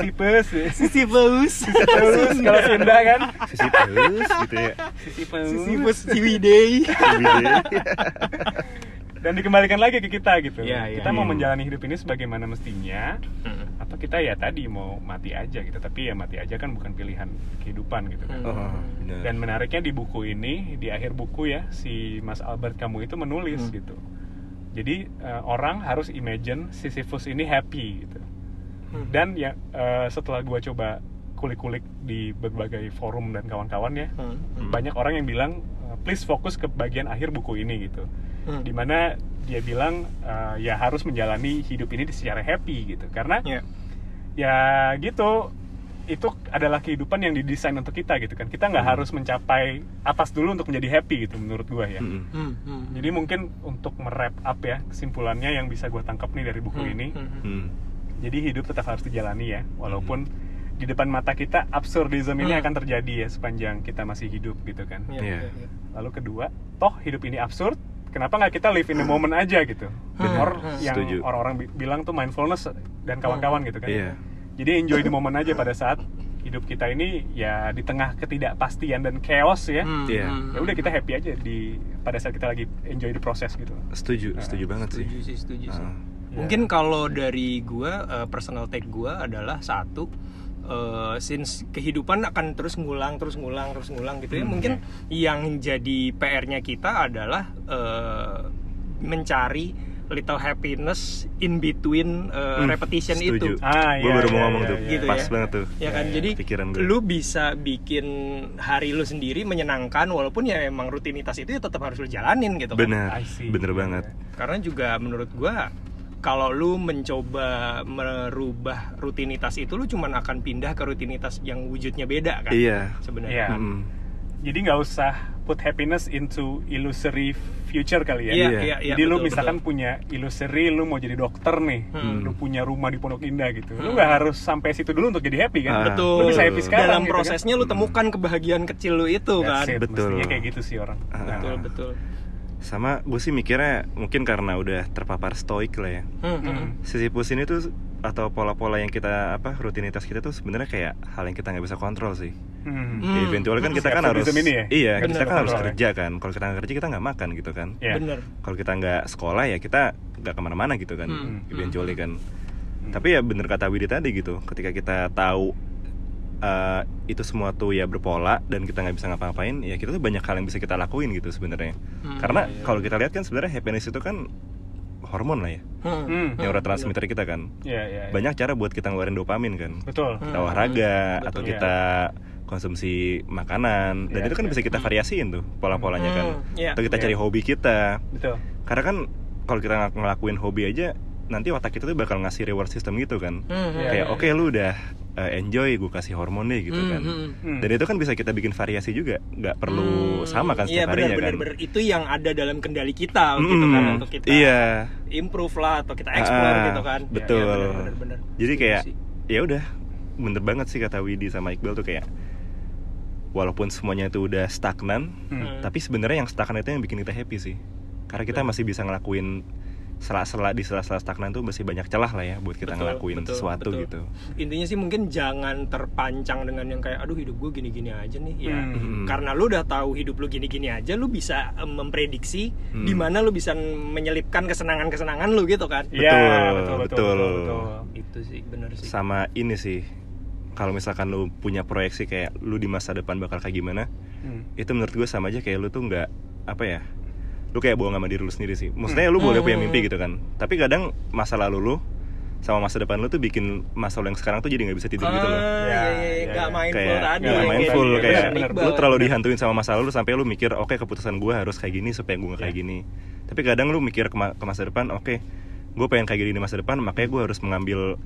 Speaker 2: Sisyphus ya.
Speaker 3: Sisyphus.
Speaker 2: Terus kalau Sunda kan
Speaker 1: Sisi terus gitu ya.
Speaker 3: Sisyphus Ciwidey.
Speaker 2: Dan dikembalikan lagi ke kita gitu
Speaker 3: Iya, iya.
Speaker 2: Kita mau
Speaker 1: Hmm.
Speaker 2: menjalani hidup ini sebagaimana mestinya
Speaker 3: Hmm.
Speaker 2: Atau kita ya tadi mau mati aja gitu Tapi ya mati aja kan bukan pilihan kehidupan gitu
Speaker 3: Hmm.
Speaker 2: kan
Speaker 1: Oh, benar.
Speaker 2: Dan menariknya di buku ini, di akhir buku ya Si Mas Albert kamu itu menulis
Speaker 3: Hmm.
Speaker 2: gitu Jadi eh, orang harus imagine Sisyphus ini happy gitu
Speaker 3: Hmm.
Speaker 2: Dan ya eh, setelah gua coba kulik-kulik di berbagai forum dan kawan-kawan
Speaker 3: Hmm.
Speaker 2: ya banyak orang yang bilang eh, please fokus ke bagian akhir buku ini gitu
Speaker 3: Hmm.
Speaker 2: dimana dia bilang eh, ya harus menjalani hidup ini secara happy gitu karena
Speaker 3: Ya.
Speaker 2: ya gitu itu adalah kehidupan yang didesain untuk kita gitu kan kita nggak
Speaker 3: Hmm.
Speaker 2: harus mencapai atas dulu untuk menjadi happy gitu menurut gua ya
Speaker 1: Mm-mm.
Speaker 3: Hmm, hmm.
Speaker 2: jadi mungkin untuk merap up ya kesimpulannya yang bisa gua tangkap nih dari buku
Speaker 3: Hmm,
Speaker 2: ini
Speaker 3: hmm, hmm.
Speaker 1: Mm.
Speaker 2: jadi hidup tetap harus dijalani ya walaupun di depan mata kita absurdism ini
Speaker 3: Hmm.
Speaker 2: akan terjadi ya sepanjang kita masih hidup gitu kan
Speaker 3: Iya,
Speaker 1: Iya.
Speaker 3: iya, iya.
Speaker 2: lalu kedua toh hidup ini absurd kenapa nggak kita live in the moment aja gitu
Speaker 3: Benar.
Speaker 2: or
Speaker 3: Hmm.
Speaker 2: yang
Speaker 1: Setuju.
Speaker 2: orang-orang bi- bilang tuh mindfulness dan kawan-kawan gitu kan
Speaker 1: Iya.
Speaker 2: jadi enjoy the moment aja pada saat hidup kita ini ya di tengah ketidakpastian dan chaos ya
Speaker 3: Hmm,
Speaker 1: Iya.
Speaker 3: hmm,
Speaker 2: ya udah kita happy aja di pada saat kita lagi enjoy the process gitu
Speaker 1: Setuju, setuju banget sih.
Speaker 3: setuju sih setuju sih
Speaker 1: Ah.
Speaker 3: mungkin kalau dari gua eh, personal take gua adalah satu eh, since kehidupan akan terus ngulang terus ngulang terus ngulang gitu ya
Speaker 1: Hmm,
Speaker 3: mungkin yang jadi PR-nya kita adalah eh, mencari little happiness in between eh,
Speaker 1: Hmm,
Speaker 3: repetition itu
Speaker 1: setuju.
Speaker 2: Ah,
Speaker 1: Gue
Speaker 2: iya,
Speaker 1: baru mau
Speaker 2: iya,
Speaker 1: ngomong
Speaker 2: iya,
Speaker 1: tuh,
Speaker 2: iya.
Speaker 3: Gitu
Speaker 1: pas
Speaker 3: ya.
Speaker 1: banget tuh. Iya,
Speaker 3: ya kan
Speaker 2: Ya, ya,
Speaker 3: jadi
Speaker 1: pikiran gue.
Speaker 3: lu bisa bikin hari lu sendiri menyenangkan walaupun ya emang rutinitas itu ya tetap harus lu jalanin gitu kan
Speaker 1: Bener,
Speaker 2: I see.
Speaker 1: bener banget.
Speaker 3: karena juga menurut gua kalau lu mencoba merubah rutinitas itu lu cuman akan pindah ke rutinitas yang wujudnya beda kan
Speaker 1: Iya.
Speaker 3: sebenarnya
Speaker 2: Iya.
Speaker 1: Mm-mm.
Speaker 2: jadi nggak usah put happiness into illusory future kali ya
Speaker 1: Iya,
Speaker 2: jadi lu misalkan punya illusory lu mau jadi dokter nih
Speaker 3: Hmm.
Speaker 2: lu punya rumah di Pondok Indah gitu lu
Speaker 3: Hmm.
Speaker 2: nggak harus sampai situ dulu untuk jadi happy
Speaker 1: Ah,
Speaker 2: kan
Speaker 3: Betul.
Speaker 2: lu bisa happy sekarang
Speaker 3: dalam
Speaker 2: gitu kan.
Speaker 3: prosesnya lu
Speaker 1: Hmm.
Speaker 3: temukan kebahagiaan kecil lu itu kan
Speaker 2: That's it,
Speaker 1: Betul.
Speaker 2: mestinya kayak gitu sih orang
Speaker 1: Ah.
Speaker 3: betul betul
Speaker 1: Sama gue sih mikirnya mungkin karena udah terpapar stoik lah ya.
Speaker 3: Hmm, hmm.
Speaker 2: Hmm.
Speaker 1: Sisyphus ini tuh atau pola-pola yang kita apa rutinitas kita tuh sebenarnya kayak hal yang kita nggak bisa kontrol sih.
Speaker 2: Hmm.
Speaker 1: Ya, eventually kan
Speaker 2: Hmm.
Speaker 1: kita kan harus
Speaker 2: Capitalism ini ya?
Speaker 1: iya
Speaker 3: Bener,
Speaker 1: kita kan harus
Speaker 2: kontrol ya.
Speaker 1: kerja kan. Kalau kita nggak kerja kita nggak makan gitu kan.
Speaker 2: Ya.
Speaker 3: bener
Speaker 1: Kalau kita nggak sekolah ya kita nggak kemana-mana gitu kan.
Speaker 3: Hmm.
Speaker 1: Eventually kan.
Speaker 2: Hmm.
Speaker 1: Tapi ya bener kata Widi tadi gitu. Ketika kita tahu eh, itu semua tuh ya berpola dan kita nggak bisa ngapa-ngapain ya kita tuh banyak hal yang bisa kita lakuin gitu sebenarnya.
Speaker 3: Hmm,
Speaker 1: Karena
Speaker 2: iya, iya.
Speaker 1: kalau kita lihat kan sebenarnya happiness itu kan hormon lah ya,
Speaker 3: hmm,
Speaker 2: Hmm.
Speaker 3: hmm,
Speaker 1: neurotransmitter kita kan.
Speaker 2: Iya, iya, iya.
Speaker 1: Banyak cara buat kita ngeluarin dopamin kan.
Speaker 2: betul
Speaker 1: Kita
Speaker 3: Hmm.
Speaker 1: olahraga
Speaker 3: Betul.
Speaker 1: atau
Speaker 2: Iya.
Speaker 1: kita konsumsi makanan dan
Speaker 2: Iya,
Speaker 1: itu kan
Speaker 2: iya.
Speaker 1: bisa kita
Speaker 3: Hmm.
Speaker 1: variasiin tuh pola-polanya kan.
Speaker 3: Hmm, iya.
Speaker 1: Atau kita
Speaker 2: Iya.
Speaker 1: cari hobi kita.
Speaker 2: betul
Speaker 1: Karena kan kalau kita ng- ngelakuin hobi aja nanti otak kita tuh bakal ngasih reward system gitu kan.
Speaker 3: Hmm, hmm,
Speaker 2: Iya,
Speaker 1: Kayak
Speaker 3: iya.
Speaker 1: oke lu udah eh, enjoy gue kasih hormon deh gitu
Speaker 3: Hmm,
Speaker 1: kan.
Speaker 3: hmm.
Speaker 2: Hmm.
Speaker 1: Dan itu kan bisa kita bikin variasi juga, nggak perlu
Speaker 3: Hmm,
Speaker 1: sama kan
Speaker 3: iya,
Speaker 1: setiap harinya
Speaker 3: benar,
Speaker 1: kan.
Speaker 3: benar, benar. itu yang ada dalam kendali kita gitu kan
Speaker 1: Mm-mm.
Speaker 3: untuk kita
Speaker 1: Iya.
Speaker 3: improve lah atau kita explore
Speaker 1: Ah,
Speaker 3: gitu kan Iya,
Speaker 1: betul.
Speaker 3: iya, benar, benar, benar.
Speaker 1: Jadi
Speaker 3: Setuju
Speaker 1: kayak-
Speaker 3: sih.
Speaker 1: ya udah bener banget sih kata Widi sama Iqbal tuh kayak walaupun semuanya itu udah stagnan
Speaker 2: Hmm.
Speaker 3: Hmm.
Speaker 1: tapi sebenarnya yang stagnan itu yang bikin kita happy sih karena kita
Speaker 3: Betul.
Speaker 1: masih bisa ngelakuin sela-sela di sela-sela stagnan tuh masih banyak celah lah ya buat kita
Speaker 3: Betul,
Speaker 1: ngelakuin
Speaker 3: betul,
Speaker 1: sesuatu
Speaker 3: betul.
Speaker 1: gitu
Speaker 3: intinya sih mungkin jangan terpancang dengan yang kayak aduh hidup gue gini-gini aja nih ya
Speaker 2: Hmm.
Speaker 1: Mm-mm.
Speaker 3: karena lu udah tahu hidup lu gini-gini aja lu bisa em, memprediksi
Speaker 1: Hmm.
Speaker 3: di mana lu bisa menyelipkan kesenangan-kesenangan lu gitu kan
Speaker 2: Iya,
Speaker 1: Betul,
Speaker 2: betul, betul,
Speaker 1: betul.
Speaker 2: betul,
Speaker 3: itu sih benar sih
Speaker 1: sama ini sih kalau misalkan lu punya proyeksi kayak lu di masa depan bakal kayak gimana
Speaker 2: Hmm.
Speaker 1: itu menurut gue sama aja kayak lu tuh nggak apa ya lu kayak bohong sama diri lu sendiri sih maksudnya lu boleh punya
Speaker 3: Hmm.
Speaker 1: mimpi gitu kan tapi kadang masa lalu lu sama masa depan lu tuh bikin masa lalu yang sekarang tuh jadi nggak bisa tidur gitu loh
Speaker 3: Ah,
Speaker 2: Ya,
Speaker 3: iya, iya,
Speaker 2: ya, ya.
Speaker 3: nggak mindful
Speaker 1: kayak
Speaker 3: tadi
Speaker 1: nggak
Speaker 2: ya,
Speaker 1: mindful
Speaker 2: iya,
Speaker 1: kayak
Speaker 2: bener,
Speaker 1: lu
Speaker 3: bener.
Speaker 1: terlalu dihantuin sama masa lalu sampai lu mikir oke keputusan gue harus kayak gini supaya gue nggak
Speaker 3: Iya.
Speaker 1: kayak gini tapi kadang lu mikir ke, ma- ke masa depan oke gue pengen kayak gini di masa depan makanya gue harus mengambil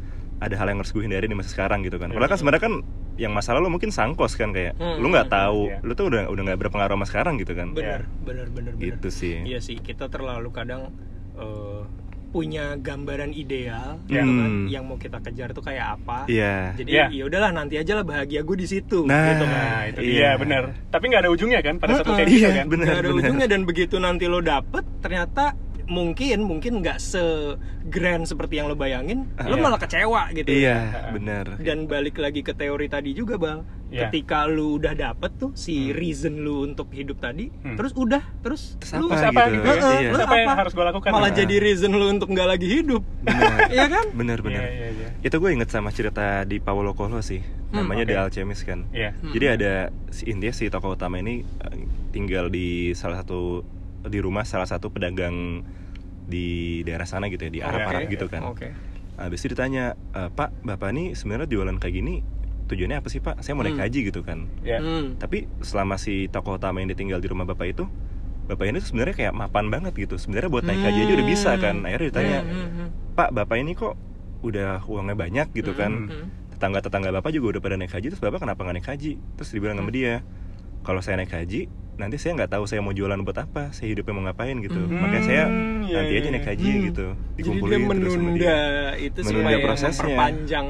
Speaker 1: ada hal yang harus gue hindari di masa sekarang gitu kan padahal kan sebenarnya kan yang masa lalu mungkin sangkos kan kayak
Speaker 3: Hmm,
Speaker 1: lu nggak
Speaker 3: hmm,
Speaker 1: tahu
Speaker 2: iya.
Speaker 1: lu tuh udah udah nggak berpengaruh sama sekarang gitu kan
Speaker 3: benar benar benar benar.
Speaker 1: gitu sih
Speaker 3: Iya sih, kita terlalu kadang eh, punya gambaran ideal
Speaker 1: Ya.
Speaker 3: gitu kan,
Speaker 1: Hmm.
Speaker 3: yang mau kita kejar tuh kayak apa.
Speaker 1: Iya.
Speaker 3: Jadi
Speaker 2: Ya.
Speaker 3: ya udahlah nanti aja lah bahagia gue di situ
Speaker 1: Nah,
Speaker 3: gitu kan.
Speaker 2: Nah, itu
Speaker 1: Iya.
Speaker 2: dia benar. Tapi nggak ada ujungnya kan pada satu
Speaker 3: Mm-mm.
Speaker 2: kayak gitu
Speaker 1: Iya,
Speaker 2: kan.
Speaker 1: benar,
Speaker 3: Nggak ada
Speaker 1: benar.
Speaker 3: ujungnya dan begitu nanti lo dapet ternyata mungkin mungkin nggak se grand seperti yang lo bayangin, lo
Speaker 2: Iya.
Speaker 3: malah kecewa gitu.
Speaker 1: Ah, Iya, benar.
Speaker 3: Dan balik lagi ke teori tadi juga, Bal.
Speaker 2: Iya.
Speaker 3: Ketika lu udah dapet tuh si reason lu untuk hidup tadi,
Speaker 2: Hmm.
Speaker 3: terus udah, terus,
Speaker 1: Terus
Speaker 3: lu
Speaker 1: apa
Speaker 2: apa gitu ya?
Speaker 1: gitu? ya?
Speaker 3: Heeh,
Speaker 1: Iya.
Speaker 3: lu
Speaker 2: Terus apa yang
Speaker 3: apa?
Speaker 2: harus gue lakukan?
Speaker 3: malah
Speaker 1: Nah.
Speaker 3: jadi reason lu untuk nggak lagi hidup
Speaker 1: Benar.
Speaker 3: iya kan
Speaker 1: Benar, benar.
Speaker 2: Iya, iya, iya.
Speaker 1: Itu gue inget sama cerita di Paolo Coelho sih. Namanya
Speaker 2: oke.
Speaker 1: The Alchemist kan.
Speaker 2: Iya.
Speaker 3: Hmm.
Speaker 1: Jadi ada si intinya si tokoh utama ini eh, tinggal di salah satu di rumah salah satu pedagang di daerah sana gitu ya di
Speaker 2: Oke. Oh.
Speaker 1: Arab Arab gitu kan.
Speaker 3: oke
Speaker 1: Habis itu ditanya, "E, "Pak, Bapak ini sebenarnya jualan kayak gini tujuannya apa sih, Pak? Saya mau naik
Speaker 3: Hmm.
Speaker 1: haji gitu kan."
Speaker 2: Iya.
Speaker 3: Hmm.
Speaker 1: tapi selama si tokoh utama yang ditinggal di rumah bapak itu bapak ini tuh sebenarnya kayak mapan banget gitu sebenarnya buat naik haji aja udah bisa kan akhirnya ditanya
Speaker 3: Hmm, hmm, hmm.
Speaker 1: pak bapak ini kok udah uangnya banyak gitu kan
Speaker 3: Hmm,
Speaker 1: tetangga-tetangga bapak juga udah pada naik haji terus bapak kenapa nggak naik haji terus dibilang
Speaker 3: Hmm.
Speaker 1: sama dia kalau saya naik haji nanti saya nggak tahu saya mau jualan buat apa saya hidupnya mau ngapain gitu
Speaker 3: Hmm,
Speaker 1: makanya saya
Speaker 2: iya,
Speaker 1: nanti
Speaker 2: iya,
Speaker 1: aja naik
Speaker 2: iya.
Speaker 1: haji
Speaker 3: Hmm.
Speaker 1: gitu
Speaker 3: Jadi
Speaker 1: dikumpulin
Speaker 3: dia
Speaker 1: terus sama
Speaker 3: menunda
Speaker 1: dia
Speaker 3: itu
Speaker 1: Menunda
Speaker 3: supaya
Speaker 1: prosesnya.
Speaker 3: memperpanjang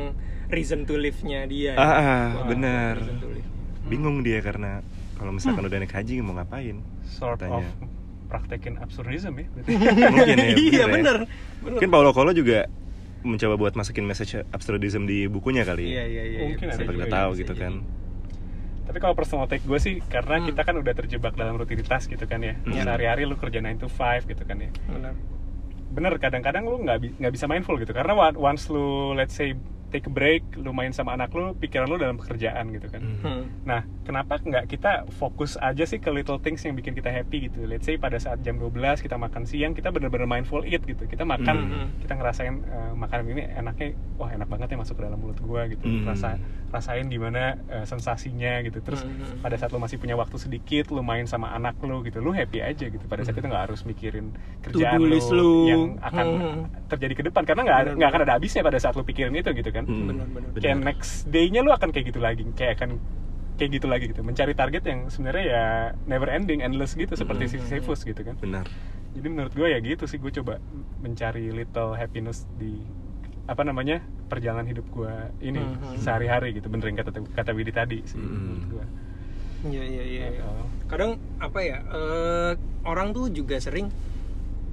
Speaker 3: reason to live-nya dia.
Speaker 1: ah, ah,
Speaker 3: Wah,
Speaker 1: bener
Speaker 3: reason to live.
Speaker 1: bingung dia karena kalau misalkan
Speaker 3: Hmm.
Speaker 1: udah naik haji mau ngapain
Speaker 2: sort
Speaker 1: Tanya.
Speaker 2: of praktekin absurdism ya berarti.
Speaker 1: mungkin ya
Speaker 3: iya
Speaker 1: ya.
Speaker 3: bener.
Speaker 1: mungkin Paulo Coelho juga mencoba buat masukin message absurdism di bukunya kali ya
Speaker 3: Iya iya iya.
Speaker 2: Mungkin
Speaker 3: bisa
Speaker 2: ada
Speaker 1: Siapa
Speaker 2: juga
Speaker 1: kita
Speaker 2: ya,
Speaker 3: jadi,
Speaker 1: tahu
Speaker 3: bisa
Speaker 1: gitu
Speaker 3: jadi.
Speaker 1: kan
Speaker 2: tapi kalau personal take gue sih karena
Speaker 3: Hmm.
Speaker 2: kita kan udah terjebak dalam rutinitas gitu kan ya
Speaker 1: Iya.
Speaker 2: sehari-hari lu kerja 9 to 5 gitu kan ya
Speaker 3: Bener.
Speaker 2: bener kadang-kadang lu nggak bi- nggak bisa mindful gitu karena wa- once lu let's say take a break lu main sama anak lu pikiran lu dalam pekerjaan gitu kan
Speaker 1: Hmm.
Speaker 3: Hmm.
Speaker 2: Nah, kenapa nggak kita fokus aja sih ke little things yang bikin kita happy gitu. Let's say pada saat jam 12 kita makan siang, kita bener-bener mindful eat gitu. Kita makan,
Speaker 3: Hmm.
Speaker 2: kita ngerasain eh, makanan ini enaknya, wah enak banget ya masuk ke dalam mulut gua gitu.
Speaker 1: Hmm.
Speaker 2: Rasa, rasain gimana eh, sensasinya gitu. Terus
Speaker 3: Hmm.
Speaker 2: pada saat lu masih punya waktu sedikit, lu main sama anak lu gitu, lu happy aja gitu. Pada saat itu nggak harus mikirin kerjaan
Speaker 3: Hmm. To-do
Speaker 2: lu,
Speaker 3: list lu.
Speaker 2: yang akan
Speaker 3: Hmm.
Speaker 2: terjadi ke depan karena nggak ada-
Speaker 3: Bener,
Speaker 2: nggak akan ada habisnya pada saat lu pikirin itu gitu kan
Speaker 1: Hmm.
Speaker 3: Bener, bener.
Speaker 1: Bener.
Speaker 2: kayak next day-nya lu akan kayak gitu lagi kayak akan kayak gitu lagi gitu mencari target yang sebenarnya ya never ending endless gitu seperti si
Speaker 3: Mm.
Speaker 2: Cephus gitu kan
Speaker 1: benar
Speaker 2: jadi menurut gue ya gitu sih gue coba mencari little happiness di apa namanya perjalanan hidup gue ini
Speaker 3: Mhm.
Speaker 2: sehari-hari gitu bener yang kata kata Willy tadi sih
Speaker 1: Mm.
Speaker 2: menurut gue
Speaker 3: Iya iya Mm-hmm. iya.
Speaker 2: Atau-
Speaker 3: kadang apa ya eh, orang tuh juga sering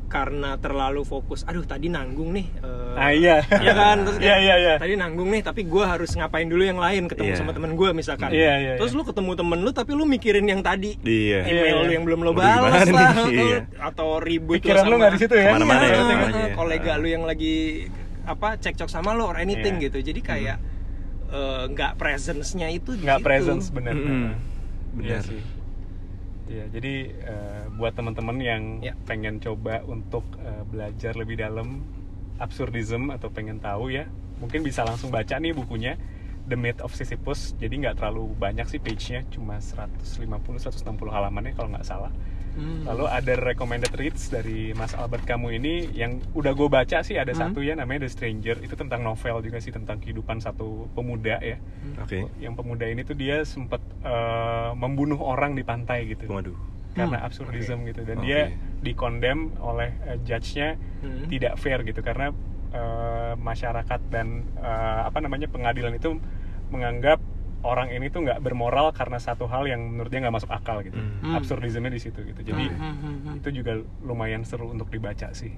Speaker 3: karena terlalu fokus aduh tadi nanggung nih eh,
Speaker 2: ah iya
Speaker 3: Iya kan terus
Speaker 2: iya
Speaker 3: kayak,
Speaker 2: iya iya
Speaker 3: tadi nanggung nih tapi gue harus ngapain dulu yang lain ketemu
Speaker 1: Iya.
Speaker 3: sama temen gue misalkan
Speaker 2: Iya, iya,
Speaker 3: terus
Speaker 2: iya.
Speaker 3: lu ketemu temen lu tapi lu mikirin yang tadi
Speaker 1: dia
Speaker 2: Iya.
Speaker 3: email lu yang belum lo
Speaker 1: Aduh, gimana
Speaker 3: balas lah
Speaker 1: nih?
Speaker 3: atau,
Speaker 1: Iya.
Speaker 3: atau ribut
Speaker 2: Pikiran lu
Speaker 3: sama
Speaker 2: nggak di situ ya? ya,
Speaker 1: Kemana-mana
Speaker 3: Iya,
Speaker 2: otak
Speaker 3: eh,
Speaker 1: lu ya.
Speaker 3: kolega lu yang lagi apa cekcok sama lu or anything
Speaker 2: Iya.
Speaker 3: gitu jadi kayak
Speaker 1: Hmm.
Speaker 3: eh, nggak presence-nya itu di
Speaker 2: nggak
Speaker 3: situ.
Speaker 2: presence bener
Speaker 1: Mm.
Speaker 3: Mm-hmm.
Speaker 2: Iya
Speaker 1: benar
Speaker 2: sih. Iya, jadi eh, buat teman-teman yang
Speaker 3: Ya.
Speaker 2: pengen coba untuk eh, belajar lebih dalam absurdism atau pengen tahu ya, mungkin bisa langsung baca nih bukunya The Myth of Sisyphus. Jadi nggak terlalu banyak sih page-nya, cuma 150-160 halamannya kalau nggak salah.
Speaker 3: Hmm.
Speaker 2: Lalu ada recommended reads dari Mas Albert kamu ini yang udah gue baca sih ada
Speaker 3: Hmm.
Speaker 2: satu ya namanya The Stranger. Itu tentang novel juga sih tentang kehidupan satu pemuda ya
Speaker 1: oke
Speaker 2: yang pemuda ini tuh dia sempat membunuh orang di pantai gitu
Speaker 1: waduh
Speaker 2: karena
Speaker 3: Hmm.
Speaker 2: absurdism gitu dan
Speaker 1: Oke.
Speaker 2: dia dikondem oleh eh, judge-nya
Speaker 3: Hmm.
Speaker 2: tidak fair gitu karena eh, masyarakat dan eh, apa namanya pengadilan itu menganggap orang ini tuh nggak bermoral karena satu hal yang menurut dia nggak masuk akal gitu
Speaker 1: Hmm.
Speaker 2: absurdismnya di situ gitu jadi
Speaker 3: Hmm, hmm, hmm.
Speaker 2: itu juga lumayan seru untuk dibaca sih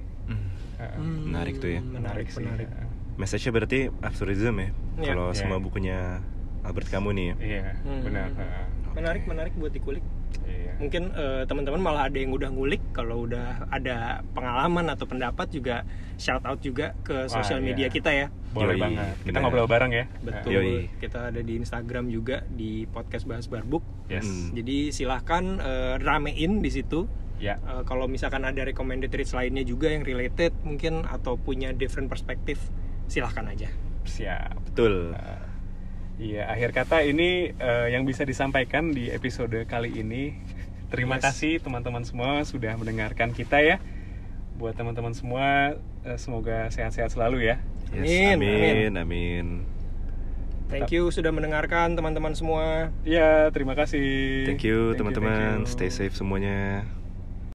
Speaker 2: Eh,
Speaker 3: Hmm,
Speaker 1: Menarik tuh ya.
Speaker 2: menarik, sih
Speaker 3: menarik.
Speaker 1: message-nya berarti absurdism ya
Speaker 3: Iya.
Speaker 1: kalau
Speaker 2: Iya.
Speaker 1: semua bukunya Albert kamu nih ya
Speaker 2: iya
Speaker 3: Hmm.
Speaker 2: benar eh,
Speaker 3: Menarik, menarik buat dikulik.
Speaker 2: iya
Speaker 3: Mungkin eh, teman-teman malah ada yang udah ngulik kalau udah ada pengalaman atau pendapat juga shout out juga
Speaker 2: Wah,
Speaker 3: ke sosial
Speaker 2: iya.
Speaker 3: media kita ya.
Speaker 2: boleh
Speaker 1: Yoi,
Speaker 2: banget kita
Speaker 1: benar.
Speaker 2: ngobrol bareng ya
Speaker 3: Betul.
Speaker 1: Yoi.
Speaker 3: Kita ada di Instagram juga di podcast bahas barbuk.
Speaker 2: yes
Speaker 1: Hmm.
Speaker 3: Jadi silahkan eh, ramein di situ.
Speaker 2: ya
Speaker 3: Eh, kalau misalkan ada recommended reads lainnya juga yang related mungkin atau punya different perspektif silahkan aja.
Speaker 2: siap
Speaker 1: betul
Speaker 2: Uh, Iya, akhir kata ini uh, yang bisa disampaikan di episode kali ini. Terima
Speaker 3: Yes.
Speaker 2: kasih teman-teman semua sudah mendengarkan kita ya. Buat teman-teman semua, uh, semoga sehat-sehat selalu ya.
Speaker 1: Yes, amin
Speaker 3: Amin,
Speaker 1: amin
Speaker 3: Thank you sudah mendengarkan teman-teman semua.
Speaker 2: Iya, terima kasih.
Speaker 1: thank you
Speaker 2: Thank thank
Speaker 1: teman-teman
Speaker 2: you.
Speaker 1: stay safe semuanya